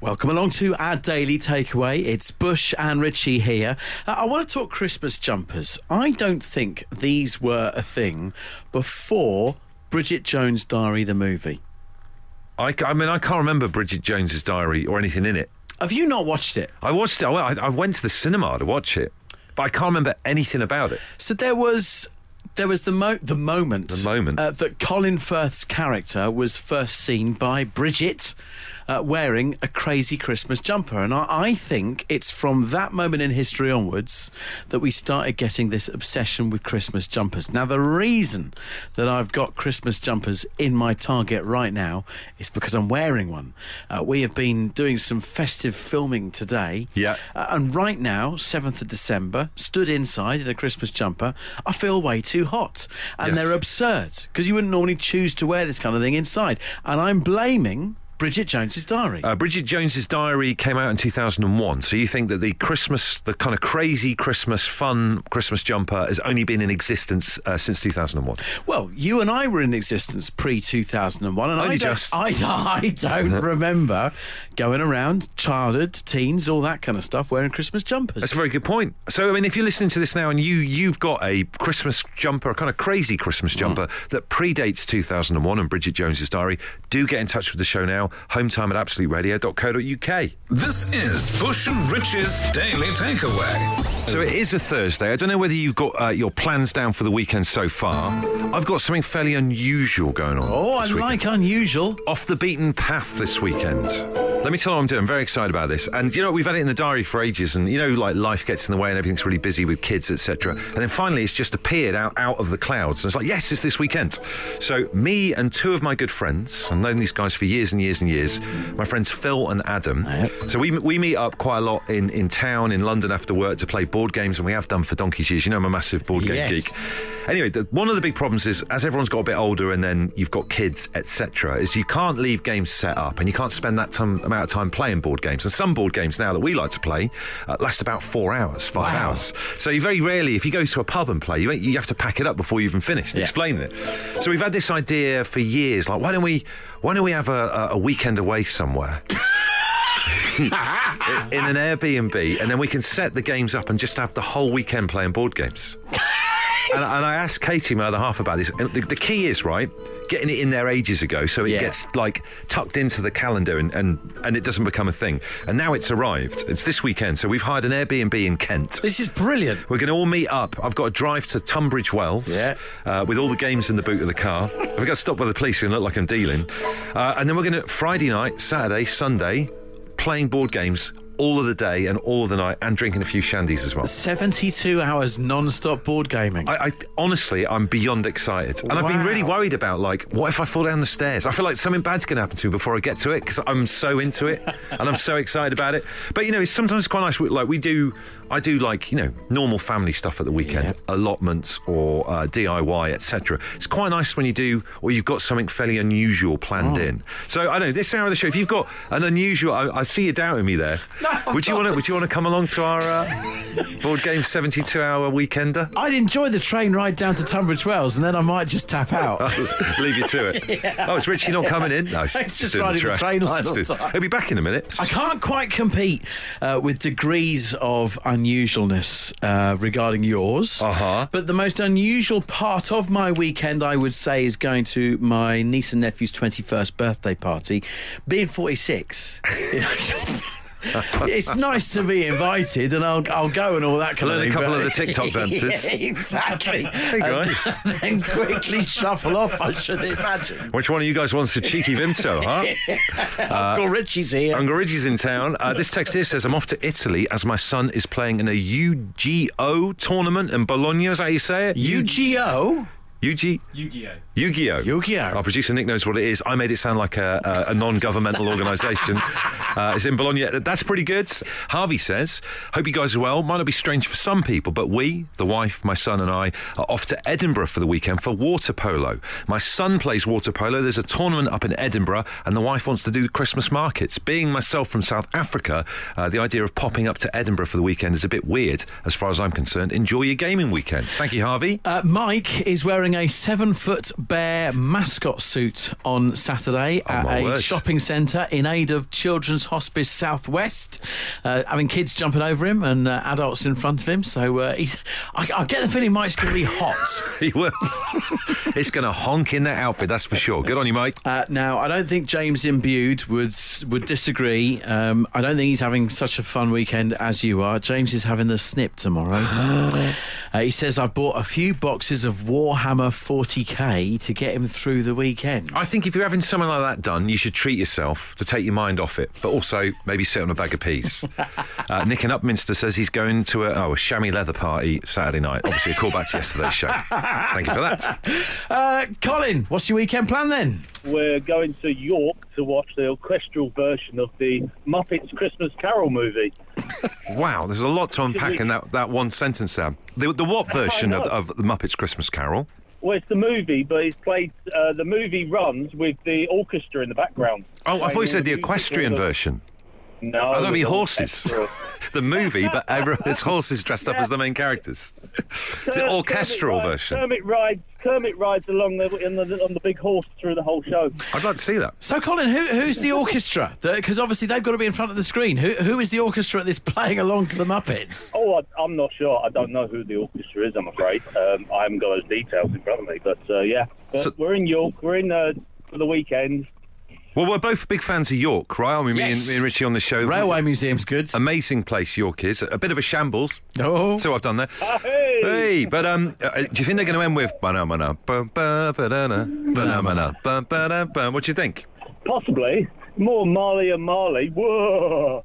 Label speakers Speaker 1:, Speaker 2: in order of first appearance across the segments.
Speaker 1: Welcome along to our daily takeaway. It's Bush and Richie here. Uh, I want to talk Christmas jumpers. I don't think these were a thing before Bridget Jones' Diary, the movie.
Speaker 2: I, ca- I mean, I can't remember Bridget Jones's Diary or anything in it.
Speaker 1: Have you not watched it?
Speaker 2: I watched it. I, went- I went to the cinema to watch it, but I can't remember anything about it.
Speaker 1: So there was there was the mo- the moment
Speaker 2: The moment.
Speaker 1: uh, that Colin Firth's character was first seen by Bridget uh, wearing a crazy Christmas jumper, and I, I think it's from that moment in history onwards that we started getting this obsession with Christmas jumpers. Now the reason that I've got Christmas jumpers in my target right now is because I'm wearing one. Uh, we have been doing some festive filming today,
Speaker 2: Yeah.
Speaker 1: uh, and right now, 7th of December, stood inside in a Christmas jumper, I feel way too hot. And
Speaker 2: Yes.
Speaker 1: they're absurd because you wouldn't normally choose to wear this kind of thing inside. And I'm blaming Bridget Jones's diary.
Speaker 2: Uh, Bridget Jones's Diary came out in 2001, so you think that the Christmas, the kind of crazy Christmas, fun Christmas jumper has only been in existence uh, since 2001.
Speaker 1: well, you and I were in existence pre 2001, and I
Speaker 2: Only
Speaker 1: don't,
Speaker 2: just.
Speaker 1: I, I don't remember going around childhood, teens, all that kind of stuff, wearing Christmas jumpers.
Speaker 2: That's a very good point. So, I mean, if you're listening to this now and you you've got a Christmas jumper, a kind of crazy Christmas jumper that predates 2001 and Bridget Jones's Diary, do get in touch with the show now. Hometime at absoluteradio.co.uk.
Speaker 3: This is Bush and Rich's Daily Takeaway.
Speaker 2: So it is a Thursday. I don't know whether you've got uh, your plans down for the weekend so far. I've got something fairly unusual going on.
Speaker 1: oh, I
Speaker 2: this weekend.
Speaker 1: like unusual.
Speaker 2: off the beaten path this weekend. Let me tell you what I'm doing. I'm very excited about this. And you know, we've had it in the diary for ages, and you know, like life gets in the way and everything's really busy with kids, etc. And then finally, it's just appeared out, out of the clouds. And it's like, yes, it's this weekend. So, me and two of my good friends, I've known these guys for years and years and years, my friends Phil and Adam. So, we, we meet up quite a lot in, in town, in London after work to play board games, and we have done for donkey's years. You know, I'm a massive board game
Speaker 1: Yes.
Speaker 2: geek. Anyway, the, one of the big problems is as everyone's got a bit older and then you've got kids, etc., is you can't leave games set up and you can't spend that time, amount of time playing board games. And some board games now that we like to play uh, last about four hours, five
Speaker 1: Wow.
Speaker 2: hours. So you very rarely, if you go to a pub and play, you, ain't- you have to pack it up before you even finished
Speaker 1: Yeah.
Speaker 2: explaining it. So we've had this idea for years. Like, why don't we, why don't we have a, a, a weekend away somewhere? in in an Airbnb, and then we can set the games up and just have the whole weekend playing board games. and, and I asked Katie, my other half, about this. And the, the key is right getting it in there ages ago, so it
Speaker 1: Yeah.
Speaker 2: gets like tucked into the calendar and, and and it doesn't become a thing. And now it's arrived. It's this weekend, so we've hired an Airbnb in Kent.
Speaker 1: This is brilliant.
Speaker 2: We're going to all meet up. I've got to drive to Tunbridge Wells
Speaker 1: Yeah.
Speaker 2: uh, with all the games in the boot of the car. If I get stopped by the police, and look like I'm dealing. Uh, and then we're going to Friday night, Saturday, Sunday, playing board games all of the day and all of the night, and drinking a few shandies as well.
Speaker 1: 72 hours non stop board gaming.
Speaker 2: I, I honestly, I'm beyond excited, and I've been
Speaker 1: Wow.
Speaker 2: really worried about like, what if I fall down the stairs? I feel like something bad's going to happen to me before I get to it because I'm so into it and I'm so excited about it. But you know, it's sometimes quite nice. We- Like we do, I do like you know normal family stuff at the weekend, allotments or uh, DIY, etc. It's quite nice when you do, or you've got something fairly unusual planned
Speaker 1: Oh.
Speaker 2: in. So I don't know this hour of the show. If you've got an unusual, I, I see you doubting me there.
Speaker 1: No,
Speaker 2: would you want to?
Speaker 1: not.
Speaker 2: Would you want to come along to our uh, board game 72 hour weekender?
Speaker 1: I'd enjoy the train ride down to Tunbridge Wells and then I might just tap out.
Speaker 2: Leave you to it. Oh, it's Richie not coming in? No, he's
Speaker 1: Just
Speaker 2: just doing
Speaker 1: riding the
Speaker 2: track.
Speaker 1: train line
Speaker 2: Just
Speaker 1: all
Speaker 2: doing-
Speaker 1: the time.
Speaker 2: He'll be back in a minute.
Speaker 1: I can't quite compete uh, with degrees of unusualness uh, regarding yours.
Speaker 2: Uh-huh.
Speaker 1: But the most unusual part of my weekend, I would say, is going to my niece and nephew's 21st birthday party. Being 46. it's nice to be invited, and I'll I'll go and all that kind
Speaker 2: Learn
Speaker 1: of
Speaker 2: a
Speaker 1: thing.
Speaker 2: couple
Speaker 1: but-
Speaker 2: of the TikTok dances.
Speaker 1: Yeah, exactly. Hey
Speaker 2: guys.
Speaker 1: And then quickly shuffle off. I should imagine.
Speaker 2: Which one of you guys wants a cheeky Vinto, huh? Uh,
Speaker 1: Uncle Richie's here.
Speaker 2: Uncle Richie's in town. Uh, this text here says, I'm off to Italy as my son is playing in a UGO tournament in Bologna. Is that how you say it?
Speaker 1: UGO.
Speaker 2: UG...
Speaker 3: Yu-Gi-Oh!
Speaker 2: Yu-Gi-Oh.
Speaker 1: Yu-Gi-Oh.
Speaker 2: Our producer Nick knows what it is. I made it sound like a, a, a non-governmental organisation. Uh, it's in Bologna. That's pretty good. Harvey says, "Hope you guys are well. Might not be strange for some people, but we, the wife, my son, and I, are off to Edinburgh for the weekend for water polo. My son plays water polo. There's a tournament up in Edinburgh, and the wife wants to do Christmas markets. Being myself from South Africa, uh, the idea of popping up to Edinburgh for the weekend is a bit weird, as far as I'm concerned. Enjoy your gaming weekend. Thank you, Harvey.
Speaker 1: Uh, Mike is wearing wearing a seven foot bear mascot suit on Saturday
Speaker 2: Oh,
Speaker 1: at
Speaker 2: my
Speaker 1: a
Speaker 2: word.
Speaker 1: shopping centre in aid of Children's Hospice Southwest. Uh, having kids jumping over him and uh, adults in front of him. So uh, he's, I, I get the feeling Mike's going to be hot.
Speaker 2: He will. it's going to honk in that outfit, that's for sure. Good on you, Mike.
Speaker 1: Uh, now, I don't think James Imbued would would disagree. Um, I don't think he's having such a fun weekend as you are. James is having the snip tomorrow. uh, he says, I bought a few boxes of Warhammer 40k to get him through the weekend.
Speaker 2: I think if you're having something like that done, you should treat yourself to take your mind off it, but also maybe sit on a bag of peas. uh, Nick in Upminster says he's going to a, oh, a chamois leather party Saturday night. Obviously, a callback to yesterday's show. Thank you for that.
Speaker 1: Uh, Colin, what's your weekend plan then?
Speaker 4: We're going to York to watch the orchestral version of the Muppets Christmas Carol movie.
Speaker 2: Wow, there's a lot to unpack in that, that one sentence there. The, the what version of,
Speaker 4: know.
Speaker 2: of the Muppets Christmas Carol?
Speaker 4: Well, it's the movie, but it's played. Uh, the movie runs with the orchestra in the background.
Speaker 2: Oh, I thought you
Speaker 4: Playing
Speaker 2: said the
Speaker 4: all music,
Speaker 2: equestrian
Speaker 4: all the-
Speaker 2: version.
Speaker 4: No,
Speaker 2: Oh, that'd be
Speaker 4: with
Speaker 2: horses.
Speaker 4: orchestra.
Speaker 2: the movie, but everyone, it's horses dressed up as the main characters. the
Speaker 4: Kermit
Speaker 2: orchestral
Speaker 4: rides-
Speaker 2: version.
Speaker 4: Kermit rides. Kermit rides along the, in the, on the big horse through the whole show.
Speaker 2: I'd like to see that.
Speaker 1: So, Colin, who, who's the orchestra? Because obviously they've got to be in front of the screen. Who, who is the orchestra that's playing along to the Muppets?
Speaker 4: Oh, I, I'm not sure. I don't know who the orchestra is. I'm afraid. Um, I haven't got those details in front of me. But uh, yeah, but
Speaker 2: So-
Speaker 4: we're in York. We're in uh, for the weekend.
Speaker 2: Well, we're both big fans of York, right? I mean, me, and,
Speaker 1: Yes.
Speaker 2: me and Richie on the show.
Speaker 1: Railway Museum's good.
Speaker 4: Um,
Speaker 2: Amazing place York is. A bit of a shambles.
Speaker 1: oh,
Speaker 2: So I've done there.
Speaker 4: Hey!
Speaker 2: Hey, but um, uh, do you think they're going to end with banana, banana, banana, banana? What do you think?
Speaker 4: Possibly more Marley and Marley. Whoa!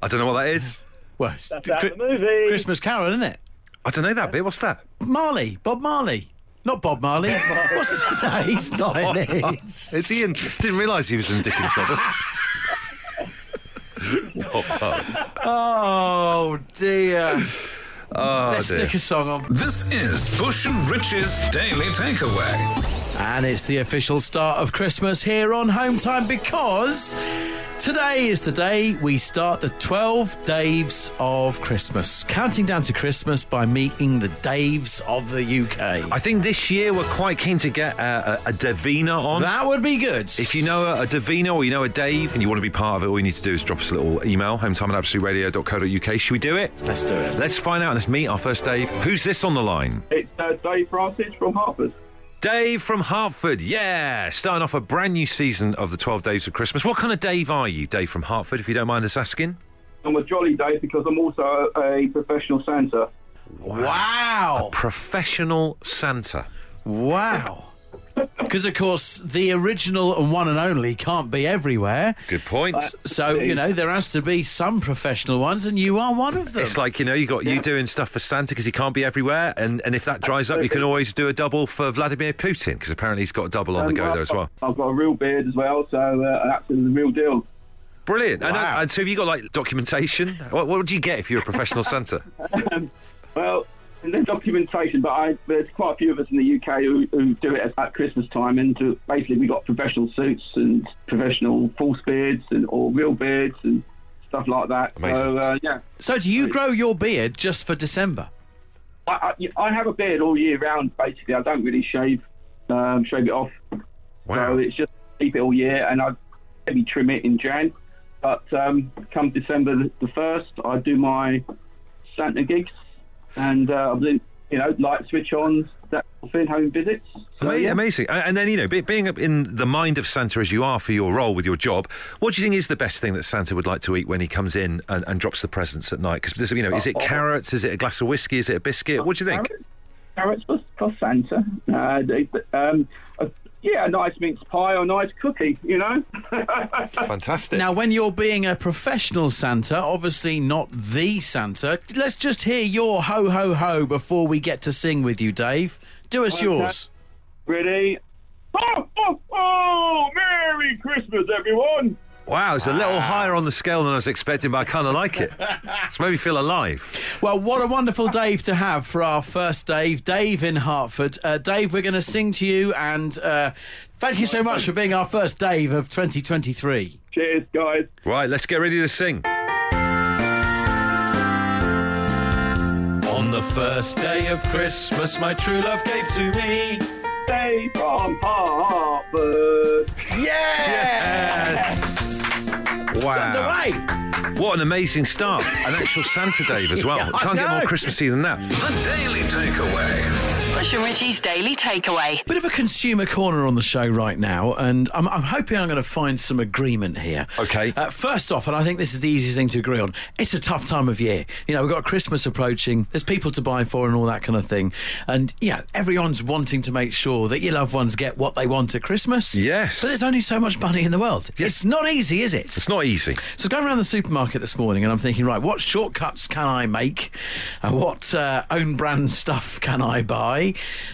Speaker 2: I don't know what that is.
Speaker 1: well, it's
Speaker 4: That's out
Speaker 1: Chri-
Speaker 4: of the movie.
Speaker 1: Christmas Carol, isn't it?
Speaker 2: I don't know that bit. What's that?
Speaker 1: Marley, Bob Marley. Not Bob Marley. What's his name? He's not in it.
Speaker 2: Is he in? Didn't realise he was in Dickens' novel.
Speaker 1: Oh, dear.
Speaker 2: Oh,
Speaker 1: Let's
Speaker 2: dear.
Speaker 1: stick a song on.
Speaker 3: This is Bush and Rich's Daily Takeaway.
Speaker 1: And it's the official start of Christmas here on Home Time because today is the day we start the 12 Daves of Christmas, counting down to Christmas by meeting the Daves of the UK.
Speaker 2: I think this year we're quite keen to get a, a, a Davina on.
Speaker 1: that would be good.
Speaker 2: If you know a, a Davina or you know a Dave and you want to be part of it, all you need to do is drop us a little email, hometime at absoluteradio.co.uk. Should we do it?
Speaker 1: Let's do it.
Speaker 2: Let's find out. Let's meet our first Dave. Who's this on the line?
Speaker 5: It's uh, Dave Francis from Hartford.
Speaker 2: Dave from Hartford. Yeah, starting off a brand new season of the 12 Days of Christmas. What kind of Dave are you, Dave from Hartford, if you don't mind us asking?
Speaker 5: I'm a jolly Dave because I'm also a, a professional Santa.
Speaker 1: Wow.
Speaker 2: Professional Santa.
Speaker 1: Wow. Because, of course, the original and one and only can't be everywhere.
Speaker 2: Good point.
Speaker 1: So, you know, there has to be some professional ones, and you are one of them.
Speaker 2: it's like, you know, you got you doing stuff for Santa because he can't be everywhere. And, and if that dries up, you can always do a double for Vladimir Putin because apparently he's got a double on the
Speaker 5: Um,
Speaker 2: go there as well.
Speaker 5: I've got a real beard as well, so uh, that's the real deal.
Speaker 2: Brilliant. And, uh,
Speaker 1: Wow.
Speaker 2: and so have you got like documentation? What, what do you get if you're a professional Santa?
Speaker 5: Well, there's documentation, but I, there's quite a few of us in the UK who, who do it at Christmas time, and uh, basically we got professional suits and professional false beards and or real beards and stuff like that. So
Speaker 2: Amazing.
Speaker 5: uh, yeah.
Speaker 1: so, do you grow your beard just for December?
Speaker 5: I, I, I have a beard all year round. Basically, I don't really shave um, shave it off.
Speaker 2: Wow.
Speaker 5: So it's just keep it all year, and I maybe trim it in Jan. But um, come December the- the first, I do my Santa gigs, and uh, I do, you know light switch ons, that sort of thing, home visits. So,
Speaker 1: Oh,
Speaker 2: Ama-
Speaker 5: yeah.
Speaker 2: Amazing. A- And then, you know, be- being up in the mind of Santa as you are for your role with your job, what do you think is the best thing that Santa would like to eat when he comes in and, and drops the presents at night? Because, you know, is it
Speaker 1: Uh, oh.
Speaker 2: carrots? Is it a glass of whiskey? Is it a biscuit? What do you think?
Speaker 5: Carrots, carrots plus, plus Santa. Uh, they- um, uh, yeah, a nice mince pie or a nice cookie, you know.
Speaker 2: Fantastic.
Speaker 1: Now, when you're being a professional Santa, obviously not the Santa, let's just hear your ho ho ho before we get to sing with you, Dave. Do us yours.
Speaker 5: Ready? Oh, oh, oh! Merry Christmas, everyone!
Speaker 2: wow, it's a little higher on the scale than I was expecting, but I kind of like it. It's made me feel alive.
Speaker 1: Well, what a wonderful Dave to have for our first Dave, Dave in Hartford. Uh, Dave, we're going to sing to you, and uh, thank you so much for being our first Dave of 2023.
Speaker 5: Cheers, guys.
Speaker 2: Right, let's get ready to sing. On the
Speaker 1: the first day of Christmas, my true love gave to me.
Speaker 5: Stay from Hartford.
Speaker 2: Yes! Wow.
Speaker 1: Underway.
Speaker 2: What an amazing start. An actual Santa Dave as well.
Speaker 1: Yeah, I
Speaker 2: Can't get more
Speaker 1: know.
Speaker 2: Christmassy than that.
Speaker 3: The Daily Takeaway.
Speaker 6: Bush and Richie's Daily Takeaway.
Speaker 1: Bit of a consumer corner on the show right now, and I'm, I'm hoping I'm going to find some agreement here.
Speaker 2: Okay.
Speaker 1: Uh, first off, and I think this is the easiest thing to agree on, it's a tough time of year. You know, we've got Christmas approaching, there's people to buy for and all that kind of thing. And, you know, everyone's wanting to make sure that your loved ones get what they want at Christmas.
Speaker 2: Yes.
Speaker 1: But there's only so much money in the world. It's not easy, is it?
Speaker 2: It's not easy.
Speaker 1: So going around the supermarket this morning, and I'm thinking, right, what shortcuts can I make? Uh, what uh, own brand stuff can I buy?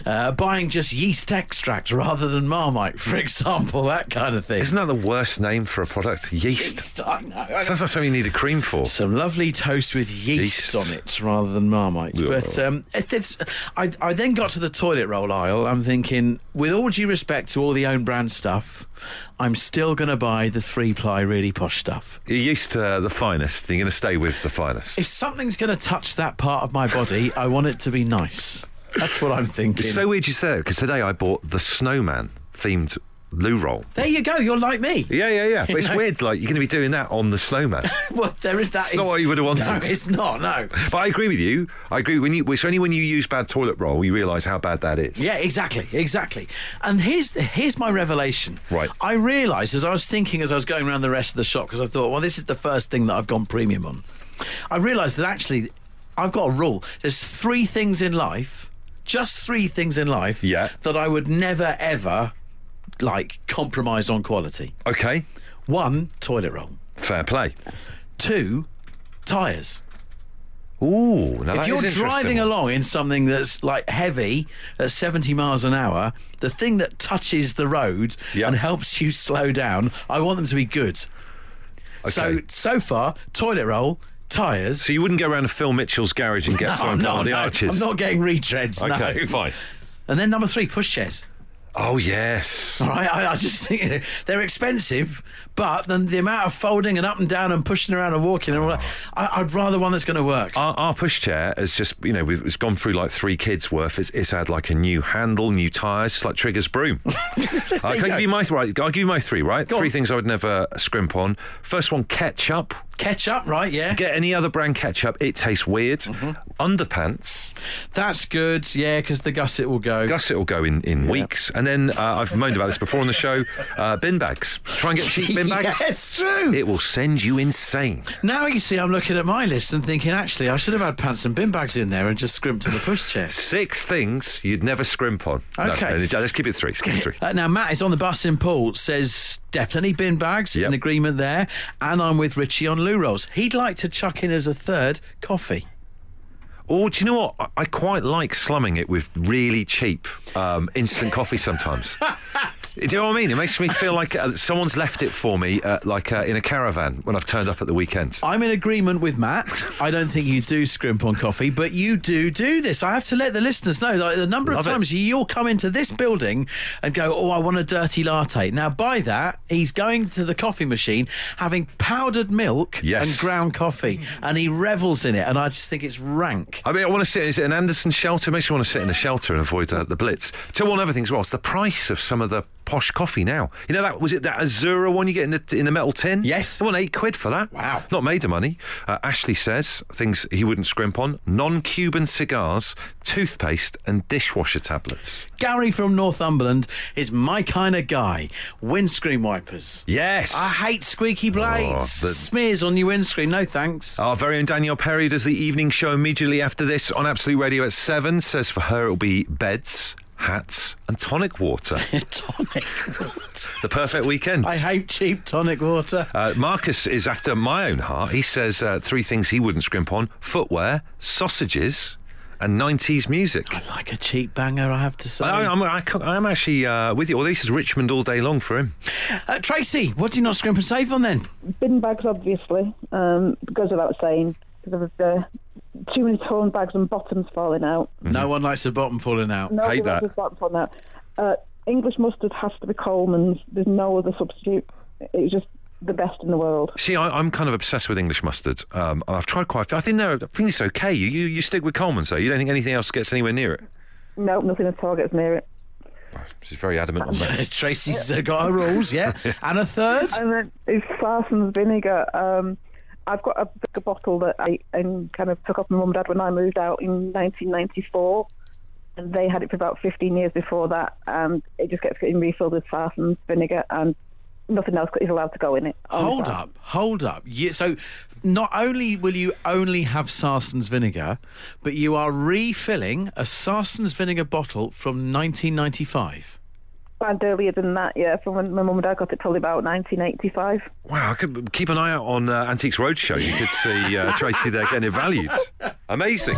Speaker 1: Uh, buying just yeast extract rather than Marmite, for example, that kind of thing.
Speaker 2: Isn't that the worst name for a product? Yeast.
Speaker 1: Yeast, I know. I know.
Speaker 2: Sounds like something you need a cream for.
Speaker 1: Some lovely toast with yeast,
Speaker 2: Yeast.
Speaker 1: on it rather than Marmite.
Speaker 2: Yeah.
Speaker 1: But um, if there's- I, I then got to the toilet roll aisle. I'm thinking, with all due respect to all the own brand stuff, I'm still going to buy the three ply really posh stuff.
Speaker 2: You're used to uh, the finest. You're going to stay with the finest.
Speaker 1: If something's going to touch that part of my body, I want it to be nice. That's what I'm thinking.
Speaker 2: It's so weird you say it because today I bought the snowman themed loo roll.
Speaker 1: there you go. You're like me.
Speaker 2: Yeah, yeah, yeah. But it's
Speaker 1: know?
Speaker 2: weird. Like you're going to be doing that on the snowman.
Speaker 1: Well, there is that.
Speaker 2: It's not what you would have wanted.
Speaker 1: No, it's not. No.
Speaker 2: but I agree with you. I agree. When you, it's only when you use bad toilet roll you realise how bad that is.
Speaker 1: Yeah, exactly, exactly. And here's here's my revelation.
Speaker 2: Right.
Speaker 1: I realised as I was thinking as I was going around the rest of the shop because I thought, well, this is the first thing that I've gone premium on. I realised that actually, I've got a rule. There's three things in life, just three things in life,
Speaker 2: Yeah.
Speaker 1: that I would never ever like compromise on quality.
Speaker 2: Okay.
Speaker 1: One, toilet roll.
Speaker 2: Fair play.
Speaker 1: Two, tyres.
Speaker 2: Ooh. Now
Speaker 1: If
Speaker 2: that
Speaker 1: you're
Speaker 2: is interesting.
Speaker 1: driving along in something that's like heavy at 70 miles an hour, the thing that touches the road
Speaker 2: Yeah.
Speaker 1: and helps you slow down, I want them to be good. So,
Speaker 2: Okay.
Speaker 1: so far, toilet roll, tyres.
Speaker 2: So you wouldn't go around to Phil Mitchell's garage and get
Speaker 1: Oh,
Speaker 2: someone
Speaker 1: no,
Speaker 2: on the
Speaker 1: no,
Speaker 2: arches.
Speaker 1: I'm not getting retreads.
Speaker 2: okay.
Speaker 1: no.
Speaker 2: Fine.
Speaker 1: And then number three, pushchairs.
Speaker 2: Oh yes.
Speaker 1: All right, I, I just think they're expensive, but then the amount of folding and up and down and pushing around and walking and all that,
Speaker 2: Ah.
Speaker 1: I, I'd rather one that's going to work.
Speaker 2: our, our pushchair has just, you know, we've, it's gone through like three kids worth. It's, it's had like a new handle, new tyres, just like Trigger's broom. I'll
Speaker 1: you
Speaker 2: give
Speaker 1: go.
Speaker 2: you my right. I'll give you my three. Right,
Speaker 1: on.
Speaker 2: three things I would never scrimp on. First one, ketchup.
Speaker 1: Ketchup, right? Yeah.
Speaker 2: Get any other brand ketchup, it tastes weird.
Speaker 1: Mm-hmm.
Speaker 2: Underpants,
Speaker 1: That's good, yeah, because the gusset will go.
Speaker 2: gusset will go in in weeks. And then uh, I've moaned about this before on the show. Uh, bin bags. Try and get cheap bin bags.
Speaker 1: Yeah, it's true.
Speaker 2: It will send you insane.
Speaker 1: now you see, I'm looking at my list and thinking, actually, I should have had pants and bin bags in there and just scrimped on the pushchair.
Speaker 2: Six things you'd never scrimp on. No,
Speaker 1: Okay.
Speaker 2: no, let's keep it three. Let's keep it three.
Speaker 1: Uh, now, Matt is on the bus in Paul, says definitely bin bags,
Speaker 2: Yep.
Speaker 1: an agreement there. And I'm with Richie on loo rolls. He'd like to chuck in as a third coffee.
Speaker 2: Or Oh, do you know what? I- I quite like slumming it with really cheap um, instant coffee sometimes. do you know what I mean? It makes me feel like uh, someone's left it for me, uh, like uh, in a caravan when I've turned up at the weekend.
Speaker 1: I'm in agreement with Matt. I don't think you do scrimp on coffee, but you do do this. I have to let the listeners know like, the number
Speaker 2: Love
Speaker 1: of
Speaker 2: it.
Speaker 1: times you'll come into this building and go, Oh, I want a dirty latte. Now, by that, he's going to the coffee machine having powdered milk
Speaker 2: Yes.
Speaker 1: and ground coffee, and he revels in it. And I just think it's rank.
Speaker 2: I mean, I want to sit. Is it an Anderson shelter? Makes you want to sit in a shelter and avoid uh, the blitz. To one other thing as well, it's the price of some of the posh coffee now. You know that was it that Azura one you get in the in the metal tin.
Speaker 1: Yes.
Speaker 2: I want eight quid for that.
Speaker 1: Wow.
Speaker 2: not made of money. Uh, Ashley says things he wouldn't scrimp on: non-Cuban cigars, toothpaste, and dishwasher tablets.
Speaker 1: Gary from Northumberland is my kind of guy. Windscreen wipers.
Speaker 2: Yes.
Speaker 1: I hate squeaky blades.
Speaker 2: Oh, the-
Speaker 1: Smears on your windscreen. No thanks.
Speaker 2: Our very own Danielle Perry does the evening show immediately after this on Absolute Radio at seven. Says for her it'll be beds, hats, and tonic water.
Speaker 1: tonic water.
Speaker 2: the perfect weekend.
Speaker 1: I hate cheap tonic water.
Speaker 2: Uh, Marcus is after my own heart. He says uh, three things he wouldn't scrimp on footwear, sausages, and 90s music. I,
Speaker 1: Like a cheap banger, I have to say.
Speaker 2: I'm, I, can't- I'm actually uh, with you. Although this is Richmond all day long for him.
Speaker 1: Uh, Tracy, what do you not scrimp and save on then?
Speaker 7: bin bags, obviously, um, goes without saying because of the uh, too many torn bags and bottoms falling out.
Speaker 1: No one likes the bottom falling out.
Speaker 7: No
Speaker 2: Hate that.
Speaker 7: bottom falling out. Uh, English mustard has to be Coleman's. There's no other substitute. It's just the best in the world.
Speaker 2: See, I, I'm kind of obsessed with English mustard. Um, I've tried quite a few. I think they're, I think it's okay. You, you you stick with Coleman's though. You don't think anything else gets anywhere near it.
Speaker 7: No, nothing at all gets near it.
Speaker 2: She's very adamant on that.
Speaker 1: Tracy's uh, got her rules, yeah. And a third?
Speaker 7: And then it's Sarsen's vinegar. Um, I've got a bigger bottle that I and kind of took off my mum and dad when I moved out in 1994. And they had it for about 15 years before that, and it just gets getting refilled with Sarsen's vinegar, and nothing else is allowed to go in it. Only
Speaker 1: Hold
Speaker 7: Sarsen.
Speaker 1: up, hold up. You, so, not only will you only have Sarsen's vinegar, but you are refilling a Sarsen's vinegar bottle from 1995.
Speaker 7: And earlier than that, yeah, from when my mum and dad got it, probably about 1985.
Speaker 2: Wow, I could keep an eye out on uh, Antiques Roadshow. You could see uh, Tracy there getting it valued. Amazing.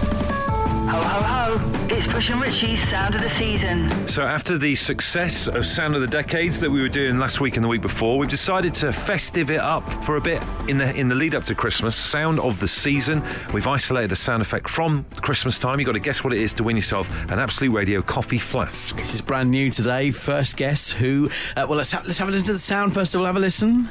Speaker 6: Ho, ho, ho. It's Bush and Richie's sound of the season.
Speaker 2: So, after the success of Sound of the Decades that we were doing last week and the week before, we've decided to festive it up for a bit in the in the lead up to Christmas. Sound of the season. We've isolated a sound effect from Christmas time. You've got to guess what it is to win yourself an Absolute Radio coffee flask.
Speaker 1: This is brand new today. First guess who? Uh, well, let's, ha- let's have a listen to the sound first of all. Have a listen.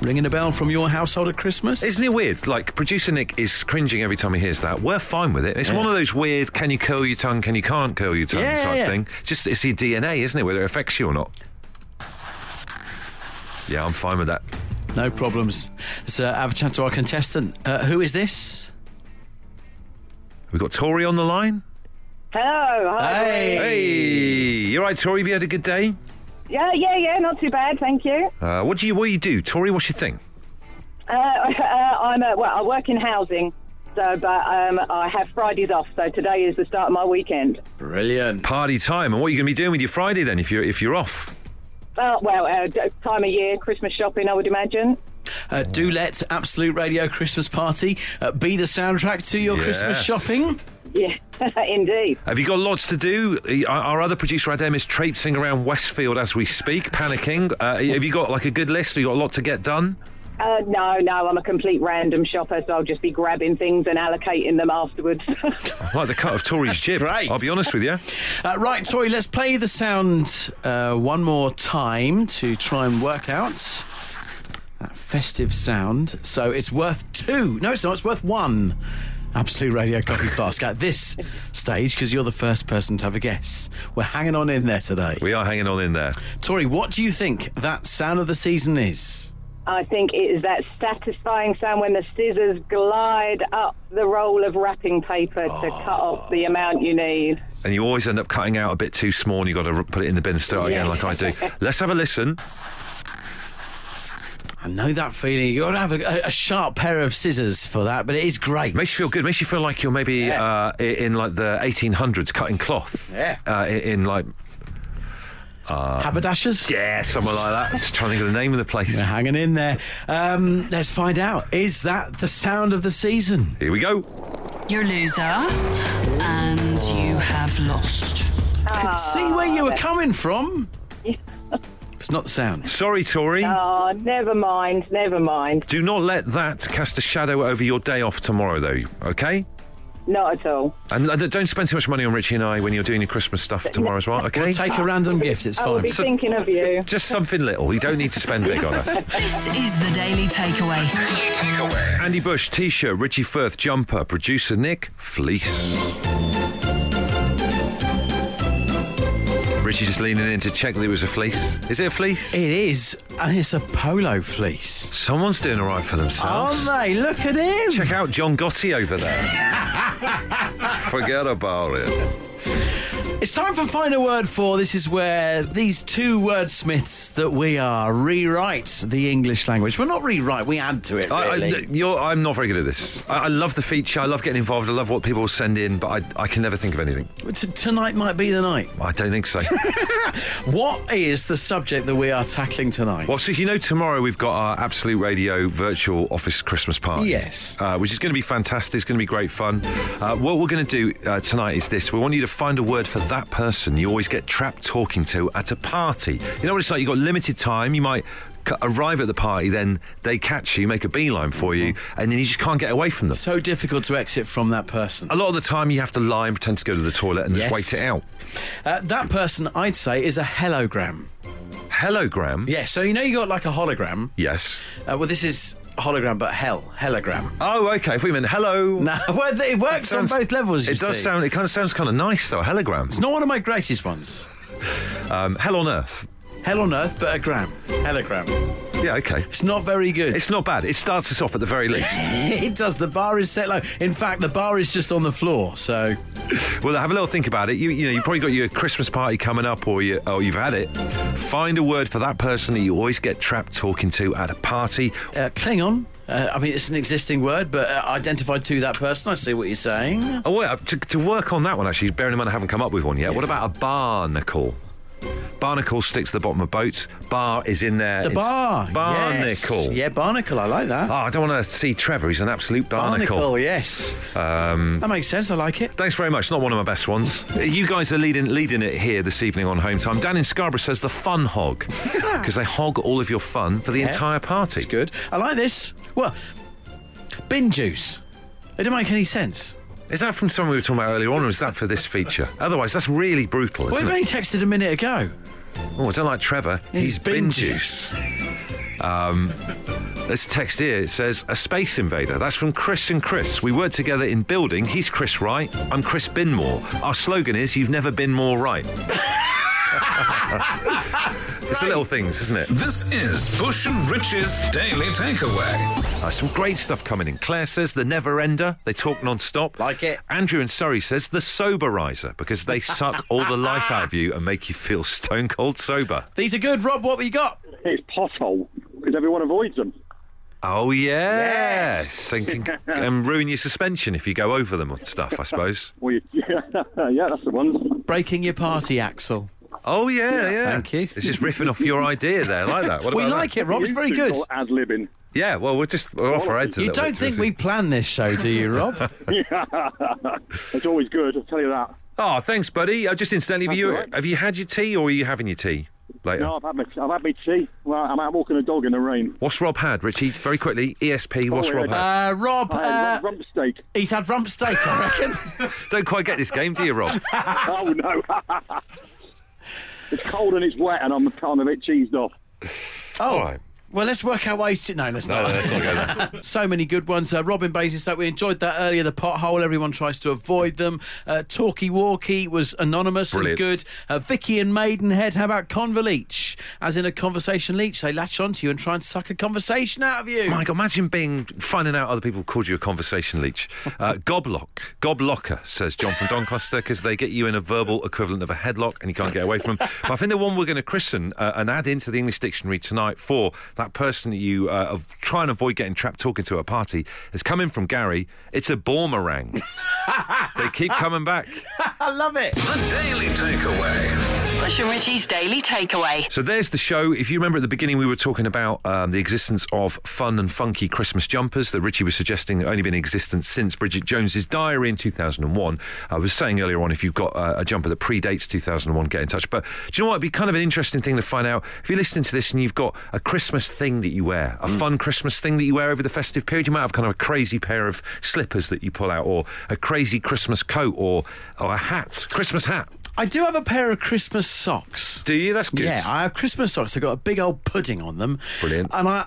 Speaker 1: Ringing a bell from your household at Christmas?
Speaker 2: Isn't it weird? Like producer Nick is cringing every time he hears that. We're fine with it. It's one of those weird can you curl your tongue, can you can't curl your tongue
Speaker 1: Yeah, yeah,
Speaker 2: type
Speaker 1: yeah.
Speaker 2: thing. Just it's your DNA, isn't it? Whether it affects you or not. Yeah, I'm fine with that.
Speaker 1: no problems. Let's uh, have a chat to our contestant. Uh, who is this?
Speaker 2: We've got Tori on the line.
Speaker 8: Hello. Oh,
Speaker 1: Uh,
Speaker 8: Hi.
Speaker 1: Hey.
Speaker 2: Hey, you all right, Tori? Have you had a good day?
Speaker 8: Yeah, yeah, yeah. Not too bad, thank you.
Speaker 2: Uh, what do you what do you do, Tori? What's your thing?
Speaker 8: Uh, uh, I'm uh, well. I work in housing, so but um, I have Fridays off. So today is the start of my weekend.
Speaker 1: Brilliant.
Speaker 2: Party time. And what are you going to be doing with your Friday then? If you're if you're off,
Speaker 8: Uh, well, uh, d- time of year, Christmas shopping, I would imagine.
Speaker 1: Uh, do let Absolute Radio Christmas Party uh, be the soundtrack to your Christmas
Speaker 2: Yes.
Speaker 1: shopping.
Speaker 8: Yeah, indeed.
Speaker 2: have you got lots to do? Uh, Our, our other producer Adam is traipsing around Westfield as we speak, panicking. Uh, have you got like a good list? Have you got a lot to get done?
Speaker 8: Uh, no, no, I'm a complete random shopper, so I'll just be grabbing things and allocating them afterwards.
Speaker 2: I like the cut of Tori's jib.
Speaker 1: Great.
Speaker 2: I'll be honest with you.
Speaker 1: Uh, right, Tori, let's play the sound uh, one more time to try and work out that festive sound. So it's worth two. No, it's not. It's worth one. Absolute Radio Coffee Flask at this stage because you're the first person to have a guess. We're hanging on in there today.
Speaker 2: We are hanging on in there.
Speaker 1: Tori, what do you think that sound of the season is?
Speaker 8: I think it is that satisfying sound when the scissors glide up the roll of wrapping paper to cut off the amount you need.
Speaker 2: And you always end up cutting out a bit too small and you've got to r- put it in the bin and start again, like I do. Let's have a listen.
Speaker 1: I know that feeling. You've got to have a, a sharp pair of scissors for that, but it is great.
Speaker 2: Makes you feel good. Makes you feel like you're maybe uh, i- in like the 1800s cutting cloth.
Speaker 1: Yeah.
Speaker 2: Uh, i- in like,
Speaker 1: Haberdashers?
Speaker 2: yeah, somewhere like that. Just trying to think of the name of the place.
Speaker 1: They're hanging in there. Um, let's find out. Is that the sound of the season?
Speaker 2: Here we go.
Speaker 9: You're a loser, and you have lost.
Speaker 1: Could see where you were coming from. it's not the sound.
Speaker 2: Sorry, Tori.
Speaker 8: Oh, never mind, never mind.
Speaker 2: Do not let that cast a shadow over your day off tomorrow, though, okay?
Speaker 8: Not at all.
Speaker 2: And uh, don't spend too much money on Richie and I when you're doing your Christmas stuff tomorrow as well, okay?
Speaker 1: Take a random gift. It's
Speaker 8: I will
Speaker 1: fine.
Speaker 8: be thinking of you.
Speaker 2: Just something little. You don't need to spend big on us.
Speaker 9: This is the Daily Takeaway.
Speaker 3: Daily Takeaway.
Speaker 2: Andy Bush t shirt, Richie Firth jumper, producer Nick Fleece. Richie just leaning in to check that it was a fleece. Is it a fleece?
Speaker 1: It is, and it's a polo fleece.
Speaker 2: Someone's doing all right for themselves.
Speaker 1: Aren't they? Look at him.
Speaker 2: Oh. Check out John Gotti over there. Forget about it.
Speaker 1: It's time for Find a Word For. This is where these two wordsmiths that we are rewrite the English language. We're not rewrite, we add to it,
Speaker 2: I, I,
Speaker 1: really.
Speaker 2: you're, I'm not very good at this. I, I love the feature. I love getting involved. I love what people send in, but I, I can never think of anything.
Speaker 1: T- tonight might be the night.
Speaker 2: I don't think so.
Speaker 1: What is the subject that we are tackling tonight?
Speaker 2: well, so you know, tomorrow we've got our Absolute Radio virtual office Christmas party.
Speaker 1: Yes.
Speaker 2: uh, which is going to be fantastic. It's going to be great fun. Uh, what we're going to do uh, tonight is this: we want you to find a word for that person you always get trapped talking to at a party. You know what it's like. You've got limited time. You might. c- Arrive at the party, then they catch you, make a beeline for you,
Speaker 1: Mm-hmm.
Speaker 2: and then you just can't get away from them.
Speaker 1: so difficult to exit from that person.
Speaker 2: A lot of the time, you have to lie and pretend to go to the toilet and
Speaker 1: Yes.
Speaker 2: just wait it out.
Speaker 1: Uh, that person, I'd say, is a helogram.
Speaker 2: hologram.
Speaker 1: Yeah, so you know you got like a hologram.
Speaker 2: Yes.
Speaker 1: Uh, well, this is hologram, but hell, hologram.
Speaker 2: Oh, okay. If we meant hello.
Speaker 1: No, well, it works
Speaker 2: sounds-
Speaker 1: on both levels. you
Speaker 2: It does
Speaker 1: see.
Speaker 2: sound. It kind of sounds kind of nice though. Hologram.
Speaker 1: It's not one of my greatest ones.
Speaker 2: Um, hell on earth.
Speaker 1: Hell on earth, but a gram. Hologram.
Speaker 2: Yeah. Okay.
Speaker 1: It's not very good.
Speaker 2: It's not bad. It starts us off at the very least.
Speaker 1: it does. The bar is set low. In fact, the bar is just on the floor. So
Speaker 2: well, have a little think about it. You, you know, you've probably got your Christmas party coming up, or you, or you've had it. Find a word for that person that you always get trapped talking to at a party.
Speaker 1: uh, Klingon. Uh, I mean, it's an existing word, but uh, identified to that person. I see what you're saying.
Speaker 2: Oh, wait, uh, to, to work on that one, actually, bearing in mind I haven't come up with one yet, what about a barnacle? Barnacle sticks to the bottom of boats. Bar is in there.
Speaker 1: The
Speaker 2: It's-
Speaker 1: bar. yes.
Speaker 2: Barnacle.
Speaker 1: Yeah, barnacle. I like that.
Speaker 2: Oh, I don't want to see Trevor. He's an absolute barnacle. Um,
Speaker 1: yes. that makes sense. I like it.
Speaker 2: Thanks very much. Not one of my best ones. You guys are leading leading it here this evening on Home Time. Dan in Scarborough says the fun hog because they hog all of your fun for the entire party.
Speaker 1: It's good. I like this. Well, bin juice. It didn't make any sense.
Speaker 2: Is that from someone we were talking about earlier on, or is that for this feature? Otherwise, that's really brutal,
Speaker 1: Well,
Speaker 2: isn't
Speaker 1: we've
Speaker 2: it?
Speaker 1: only texted a minute ago.
Speaker 2: Oh, I don't like Trevor. He's bin juice. This text here it says a space invader. That's from Chris and Chris. We work together in building. He's Chris Wright. I'm Chris Binmore. Our slogan is "You've never been more right." it's the little things, isn't it?
Speaker 3: This is Bush and Rich's Daily Takeaway.
Speaker 2: Uh, some great stuff coming in. Claire says the never ender. They talk non-stop.
Speaker 1: Like it.
Speaker 2: Andrew and Surrey says the soberizer because they suck all the life out of you and make you feel stone cold sober.
Speaker 1: These are good. Rob, what have you got?
Speaker 10: It's pothole because everyone avoids them.
Speaker 2: Oh yes, and, can, and ruin your suspension if you go over them and stuff. I suppose.
Speaker 10: Well, you, yeah, that's the one.
Speaker 1: Breaking your party, Axel.
Speaker 2: Oh yeah, yeah.
Speaker 1: Thank you.
Speaker 2: It's uh, just riffing off your idea there, I like that. What
Speaker 1: We
Speaker 2: about
Speaker 1: like
Speaker 2: that?
Speaker 1: it, Rob. It's very good.
Speaker 10: Ad libbing.
Speaker 2: Yeah, well, we're just we're off our heads a
Speaker 1: You
Speaker 2: little
Speaker 1: don't
Speaker 2: bit,
Speaker 1: think
Speaker 2: isn't
Speaker 1: we
Speaker 2: it?
Speaker 1: plan this show, do you, Rob?
Speaker 10: It's always good. I'll tell you that.
Speaker 2: Oh, thanks, buddy. I just incidentally, have
Speaker 10: That's
Speaker 2: you
Speaker 10: all right.
Speaker 2: have you had your tea or are you having your tea later?
Speaker 10: No, I've had my I've had my tea. Well, I'm out walking a dog in the rain.
Speaker 2: What's Rob had, Richie? Very quickly, ESP. What's
Speaker 10: Oh,
Speaker 2: Rob
Speaker 10: yeah.
Speaker 2: had?
Speaker 1: Uh, Rob,
Speaker 10: I
Speaker 1: uh,
Speaker 10: had rump steak.
Speaker 1: he's had rump steak, I reckon.
Speaker 2: Don't quite get this game, do you, Rob?
Speaker 10: Oh no. it's cold and it's wet and I'm I'm a bit cheesed off.
Speaker 1: Oh.
Speaker 2: right.
Speaker 1: Well, let's work our ways to. No, let's
Speaker 2: No,
Speaker 1: not.
Speaker 2: no, let's not go there.
Speaker 1: So many good ones. Uh, Robin Basingstoke, we enjoyed that earlier. The pothole, everyone tries to avoid them. Uh, Talkie Walkie was anonymous
Speaker 2: Brilliant.
Speaker 1: and good. Uh, Vicky and Maidenhead, how about conva leech? As in a conversation leech, they latch onto you and try and suck a conversation out of you.
Speaker 2: My God, imagine being finding out other people called you a conversation leech. Uh, goblock, goblocker, says John from Doncaster, because they get you in a verbal equivalent of a headlock and you can't get away from them. But I think the one we're going to christen uh, and add into the English dictionary tonight for that person that you uh, of- try and avoid getting trapped talking to at a party is coming from Gary. It's a boomerang. they keep coming back.
Speaker 1: I love it.
Speaker 3: The Daily Takeaway.
Speaker 6: Bush and Richie's Daily Takeaway.
Speaker 2: So there's the show. If you remember at the beginning, we were talking about um, the existence of fun and funky Christmas jumpers that Richie was suggesting had only been in existence since Bridget Jones's diary in 2001. I was saying earlier on, if you've got uh, a jumper that predates 2001, get in touch. But do you know what? It'd be kind of an interesting thing to find out. If you're listening to this and you've got a Christmas thing that you wear, a fun Christmas thing that you wear over the festive period, you might have kind of a crazy pair of slippers that you pull out, or a crazy Christmas coat, or, or a hat, Christmas hat.
Speaker 1: I do have a pair of Christmas socks.
Speaker 2: Do you? That's good.
Speaker 1: Yeah, I have Christmas socks. They've got a big old pudding on them.
Speaker 2: Brilliant.
Speaker 1: And I.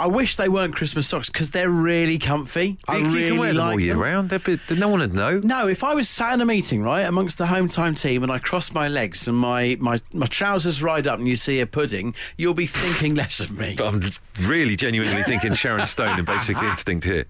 Speaker 1: I wish they weren't Christmas socks because they're really comfy. I
Speaker 2: you,
Speaker 1: really
Speaker 2: you can wear them
Speaker 1: like
Speaker 2: all year
Speaker 1: them.
Speaker 2: round. They're, bit- no one would know.
Speaker 1: No, if I was sat in a meeting, right, amongst the home time team, and I cross my legs and my, my, my trousers ride up and you see a pudding, you'll be thinking less of me.
Speaker 2: I'm really genuinely thinking Sharon Stone and Basic Instinct here.